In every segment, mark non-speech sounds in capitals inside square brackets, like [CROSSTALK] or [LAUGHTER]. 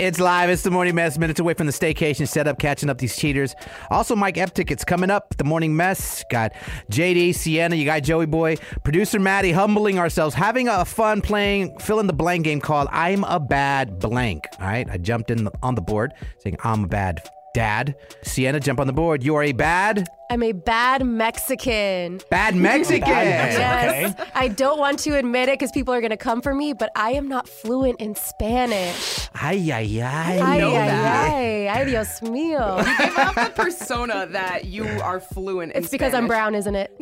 It's live. It's the morning mess. Minutes away from the staycation setup, catching up these cheaters. Also, Mike F tickets coming up. The morning mess. Got JD, Sienna, you got Joey Boy, producer Maddie, humbling ourselves, having a fun playing fill in the blank game called I'm a bad blank. All right, I jumped in on the board saying I'm a bad dad. Sienna, jump on the board. You are a bad, I'm a bad Mexican. bad Mexican. [LAUGHS] Yes. I don't want to admit it because people are going to come for me, but I am not fluent in Spanish. Ay, ay, ay. Ay, ay, ay. Ay, Dios [LAUGHS] mío. You give off the persona that you are fluent in It's because I'm Spanish. brown, isn't it?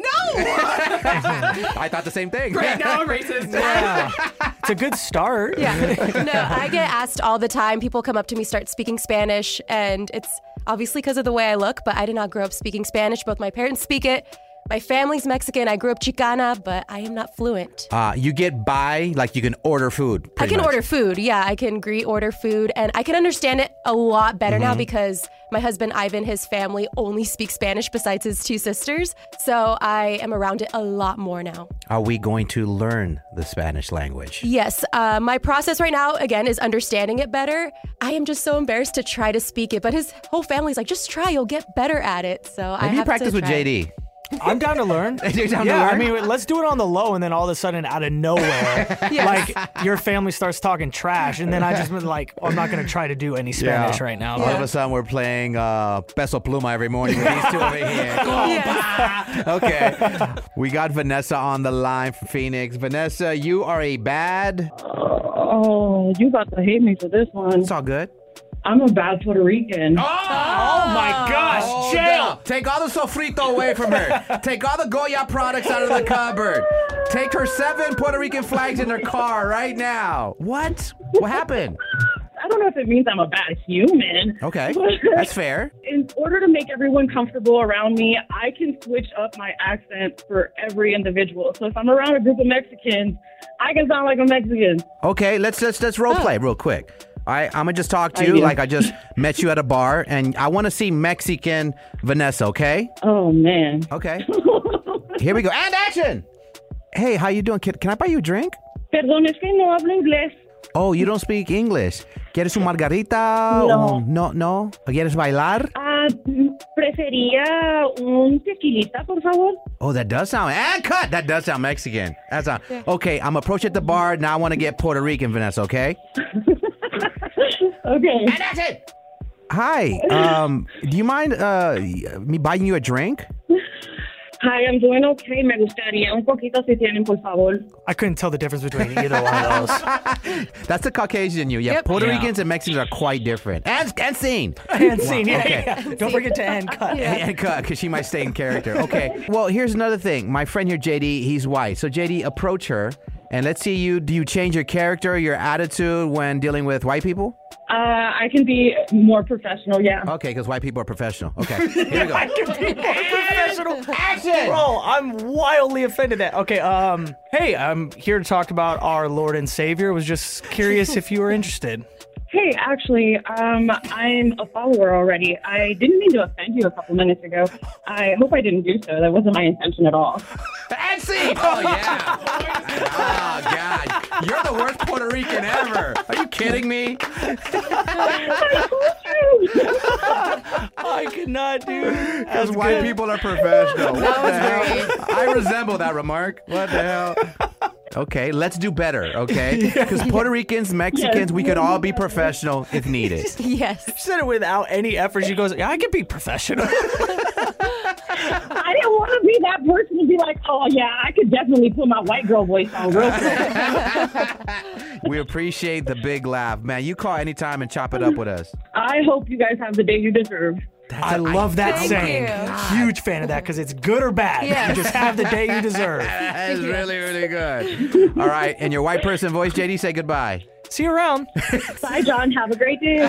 I thought the same thing. Right now, I'm racist. It's a good start. Yeah. no, I get asked all the time. People come up to me, start speaking Spanish, and it's obviously because of the way I look, but I did not grow up speaking Spanish. Both my parents speak it. My family's Mexican. I grew up Chicana, but I am not fluent. [LAUGHS] Uh, you get by, like you can order food. I pretty can much. order food. Yeah, I can agree order food and I can understand it a lot better Mm-hmm. now because my husband Ivan, his family only speaks Spanish besides his two sisters. So I am around it a lot more now. Are we going to learn the Spanish language? Yes, uh, my process right now, again, is understanding it better. I am just so embarrassed to try to speak it, but his whole family's like, just try, you'll get better at it. So Have I have you practiced to with try. JD? I'm down to [LAUGHS] learn. You're down to yeah, learn? I mean, let's do it on the low, and then all of a sudden, out of [LAUGHS] nowhere, like your family starts talking trash, and then I just been like, oh, I'm not gonna try to do any Spanish right now. All of a sudden, we're playing uh, Peso Pluma every morning with these two over [LAUGHS] here. Oh, okay. We got Vanessa on the line from Phoenix. Vanessa, you are a bad. Oh, you about to hate me for this one. It's all good. I'm a bad Puerto Rican. Oh my gosh, jail! Oh, Take all the sofrito away from her. Take all the Goya products out of the cupboard. Take her seven Puerto Rican flags in her car right now. What? What happened? I don't know if it means I'm a bad human. [LAUGHS] Okay. but That's fair. [LAUGHS] In order to make everyone comfortable around me, I can switch up my accent for every individual. So if I'm around a group of Mexicans, I can sound like a Mexican. Okay, let's let's let's role play real quick. All right, I'm gonna just talk to I you do. like I just met you at a bar, and I want to see Mexican Vanessa. Okay. Oh, man. Okay. Here we go. And action. Hey, how you doing? Can, can I buy you a drink? [LAUGHS] Perdón, es que no hablo inglés. Oh, you don't speak English. ¿Quieres un margarita? No. Un- no, no. ¿Quieres bailar? Ah, prefería un tequilita, por favor. Oh, that does sound and cut. That does sound Mexican. That's sound, okay. I'm approached at the bar. Now I want to get Puerto Rican, Vanessa. Okay. Okay. Hi. Um, do you mind uh me buying you a drink? Hi, I'm doing okay. Me gustaría un poquito si tienen, por favor. I couldn't tell the difference [LAUGHS] between either one of those. That's the Caucasian you. Yeah, Yep. Puerto Yeah. Ricans and Mexicans are quite different. And and [LAUGHS] scene. And scene, yeah, [LAUGHS] okay. yeah. Don't forget to end cut. And cut because she might stay in character. Okay. Well, here's another thing. My friend here, JD, he's white. So JD, approach her and let's see you. Do you change your character, your attitude when dealing with white people? Uh, I can be more professional, yeah. Okay, because white people are professional. Okay. Here we [LAUGHS] go. Bro, I'm wildly offended at. Okay, um, hey, I'm here to talk about our Lord and Savior. Was just curious if you were interested. [LAUGHS] Hey, actually, um, I'm a follower already. I didn't mean to offend you a couple minutes ago. I hope I didn't do so. That wasn't my intention at all. [LAUGHS] And scene. Oh [LAUGHS] yeah. oh God. You're the worst Puerto Rican ever. Are you kidding me? I could not do. Because That's white good. people are professional. What the hell? I resemble that remark. What the hell? Okay, let's do better, [LAUGHS] okay? Because Puerto Ricans, Mexicans, we could all be professional if [LAUGHS] needed. [LAUGHS] Yes. She said it without any effort. She goes, "Yeah, I could be [LAUGHS] professional." I didn't want to be that person to be like, oh yeah, I could definitely put my white girl voice on real quick. We appreciate the big laugh. Man, you call anytime and chop it up with [LAUGHS] us. I hope you guys have the day you deserve. I love that Thank saying. you. Huge fan of that because it's good or bad. Yes. You just have [LAUGHS] the day you deserve. That is really, really good. All right, and your white person voice, JD, say goodbye. See you around. Bye, John. Have a great day.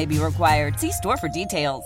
be required. See store for details.